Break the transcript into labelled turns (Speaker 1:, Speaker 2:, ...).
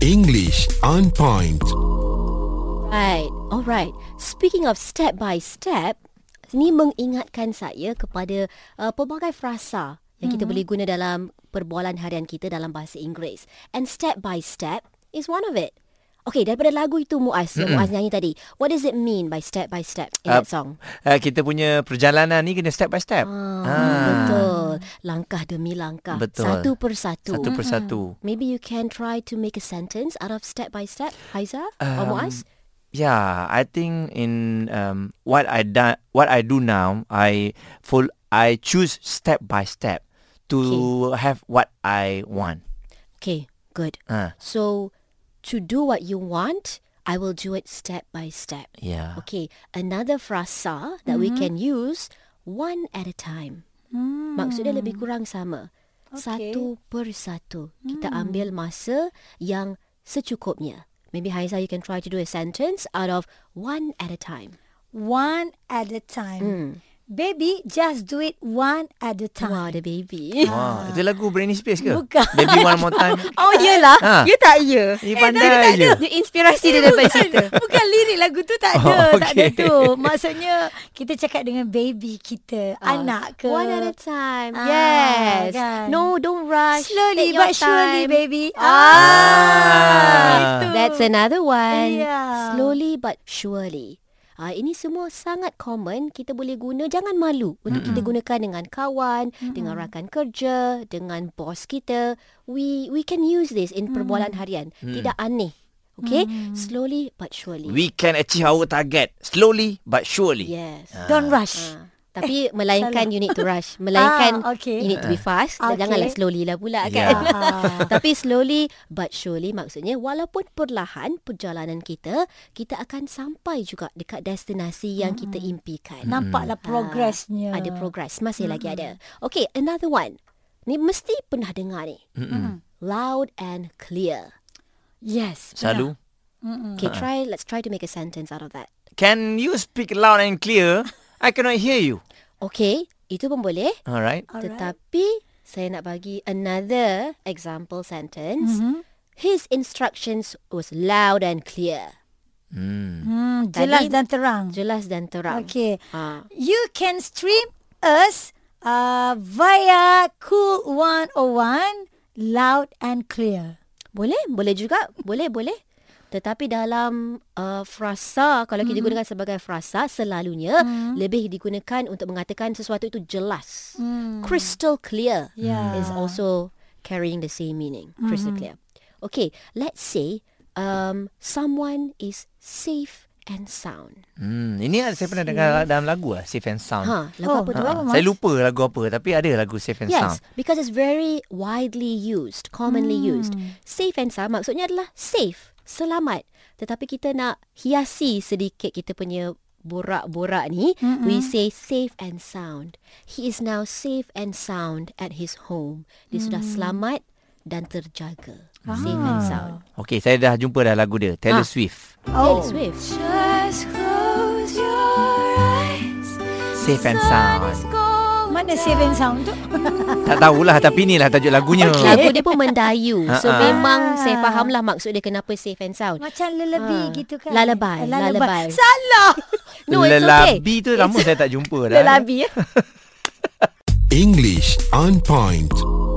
Speaker 1: English on point.
Speaker 2: Right, alright. Speaking of step by step, ini mengingatkan saya kepada uh, pelbagai frasa yang
Speaker 3: Hmm.
Speaker 2: kita boleh guna dalam perbualan harian kita dalam bahasa Inggeris. And step by step is one of it. Okay, daripada lagu itu Muaz,
Speaker 3: Hmm.
Speaker 2: yang Muaz nyanyi tadi, what does it mean by step by step in
Speaker 3: Ah,
Speaker 2: that song?
Speaker 3: Uh, kita punya perjalanan ni kena step by step.
Speaker 2: Ah,
Speaker 3: Ah,
Speaker 2: Betul. Langkah demi langkah.
Speaker 3: Betul.
Speaker 2: Satu persatu.
Speaker 3: Satu persatu.
Speaker 2: Maybe you can try to make a sentence out of step by step, Haiza
Speaker 3: Um,
Speaker 2: or Muaz?
Speaker 3: Yeah, Ya, I think in um, what I done, what I do now, I full, I choose step by step to have what I want.
Speaker 2: Okay, good.
Speaker 3: Ah,
Speaker 2: So, to do what you want, I will do it step by step.
Speaker 3: yeah.
Speaker 2: Okay, another frasa that we
Speaker 4: Mm-hmm.
Speaker 2: can use one at a time.
Speaker 4: Mm.
Speaker 2: Maksudnya lebih kurang sama. Satu per satu.
Speaker 4: Mm.
Speaker 2: Kita ambil masa yang secukupnya. Maybe Haiza you can try to do a sentence out of one at a time.
Speaker 4: One at a time. Baby, just do it Hmm. one at a time.
Speaker 2: Wow, the baby.
Speaker 3: Wah, itu lagu Britney Spears ke?
Speaker 4: Bukan.
Speaker 3: Baby One More Time.
Speaker 2: Oh, iyalah.
Speaker 3: Ha.
Speaker 4: Ah.
Speaker 2: You tak ya.
Speaker 3: Ni pandai je.
Speaker 2: You inspirasi dia daripada cerita.
Speaker 4: Eh, Bukan lirik lagu tu tak ada,
Speaker 3: Oh,
Speaker 4: oh, okay. tak ada
Speaker 3: okay.
Speaker 4: tu. Maksudnya kita cakap dengan baby kita,
Speaker 2: Ah.
Speaker 4: anak ke.
Speaker 2: One at a time.
Speaker 4: Ah,
Speaker 2: yes.
Speaker 4: kan.
Speaker 2: No, don't rush. Take
Speaker 4: Slowly
Speaker 2: your
Speaker 4: but surely
Speaker 2: time.
Speaker 4: baby.
Speaker 2: Ah,
Speaker 4: itu.
Speaker 2: that's another one.
Speaker 4: Yeah.
Speaker 2: Slowly but surely. Ah, ini semua sangat common kita boleh guna jangan malu untuk mm-hmm. kita gunakan dengan kawan, mm-hmm. dengan rakan kerja, dengan bos kita. We we can use this in perbualan
Speaker 4: Mm.
Speaker 2: harian. Tidak aneh. Okay? Slowly but surely.
Speaker 3: We can achieve our target slowly but surely.
Speaker 2: yes.
Speaker 4: Don't rush.
Speaker 2: Ah, Tapi melainkan you need to rush Melainkan
Speaker 4: Ah, okay.
Speaker 2: you need to be fast
Speaker 4: Ah,
Speaker 2: Dan Janganlah
Speaker 4: okay.
Speaker 2: slowly lah pula kan
Speaker 3: Yeah.
Speaker 4: Ah.
Speaker 2: Tapi slowly but surely maksudnya Walaupun perlahan perjalanan kita Kita akan sampai juga dekat destinasi yang kita
Speaker 4: Hmm.
Speaker 2: impikan
Speaker 4: Nampaklah progressnya.
Speaker 2: Ah. Ada progress Masih lagi ada
Speaker 4: Hmm.
Speaker 2: Okay another one Ni mesti pernah dengar ni Loud and clear
Speaker 4: Yes.
Speaker 3: Selalu.
Speaker 4: Hmm.
Speaker 2: Okay
Speaker 4: Ah.
Speaker 2: try let's try to make a sentence out of that
Speaker 3: Can you speak loud and clear? I cannot hear you.
Speaker 2: Okay itu pun boleh
Speaker 3: Alright.
Speaker 4: Alright.
Speaker 2: Tetapi saya nak bagi another example sentence. Mm-hmm. His instructions was loud and clear.
Speaker 4: Hmm, jelas
Speaker 2: Tadi-
Speaker 4: dan terang.
Speaker 2: Jelas dan terang.
Speaker 4: Okay.
Speaker 2: Ha.
Speaker 4: You can stream us uh, via Cool 101 loud and clear.
Speaker 2: Boleh, boleh juga. Boleh, boleh. Tetapi dalam uh, frasa, kalau kita gunakan sebagai frasa, selalunya lebih digunakan untuk mengatakan sesuatu itu jelas. Crystal clear
Speaker 4: Yeah.
Speaker 2: is also carrying the same meaning. Crystal clear. Okay, let's say um, someone is safe and sound.
Speaker 3: Hmm, ini saya pernah dengar dalam lagu lah, Safe and Sound.
Speaker 2: Ha, lagu
Speaker 4: Oh,
Speaker 2: apa tu?
Speaker 4: ha.
Speaker 3: Ah, saya lupa lagu apa tapi ada lagu Safe and Sound.
Speaker 2: Yes, because it's very widely used, commonly used. Safe and sound maksudnya adalah safe, selamat. Tetapi kita nak hiasi sedikit kita punya borak-borak ni, mm-hmm. we say safe and sound. He is now safe and sound at his home. Dia mm. sudah selamat dan terjaga. Safe and sound.
Speaker 3: Okey, saya dah jumpa dah lagu dia,
Speaker 2: Ah.
Speaker 3: Taylor Swift.
Speaker 2: Taylor
Speaker 4: Oh.
Speaker 2: Swift.
Speaker 4: Just close your eyes.
Speaker 3: Safe and Sound.
Speaker 4: Mana safe and sound tu?
Speaker 3: Tak tahulah tapi inilah tajuk lagunya.
Speaker 2: Lagu dia pun mendayu. so
Speaker 3: Ha, ha.
Speaker 2: memang saya fahamlah maksud dia kenapa safe and sound.
Speaker 4: Macam lelebi
Speaker 2: Ah.
Speaker 4: gitu kan?
Speaker 2: Lullaby,
Speaker 4: Eh,
Speaker 2: lullaby.
Speaker 4: Salah.
Speaker 2: No, it's okay.
Speaker 3: Lelabi tu eh. lah, lama saya tak jumpa dah.
Speaker 2: Lelabi ya.
Speaker 1: English on point.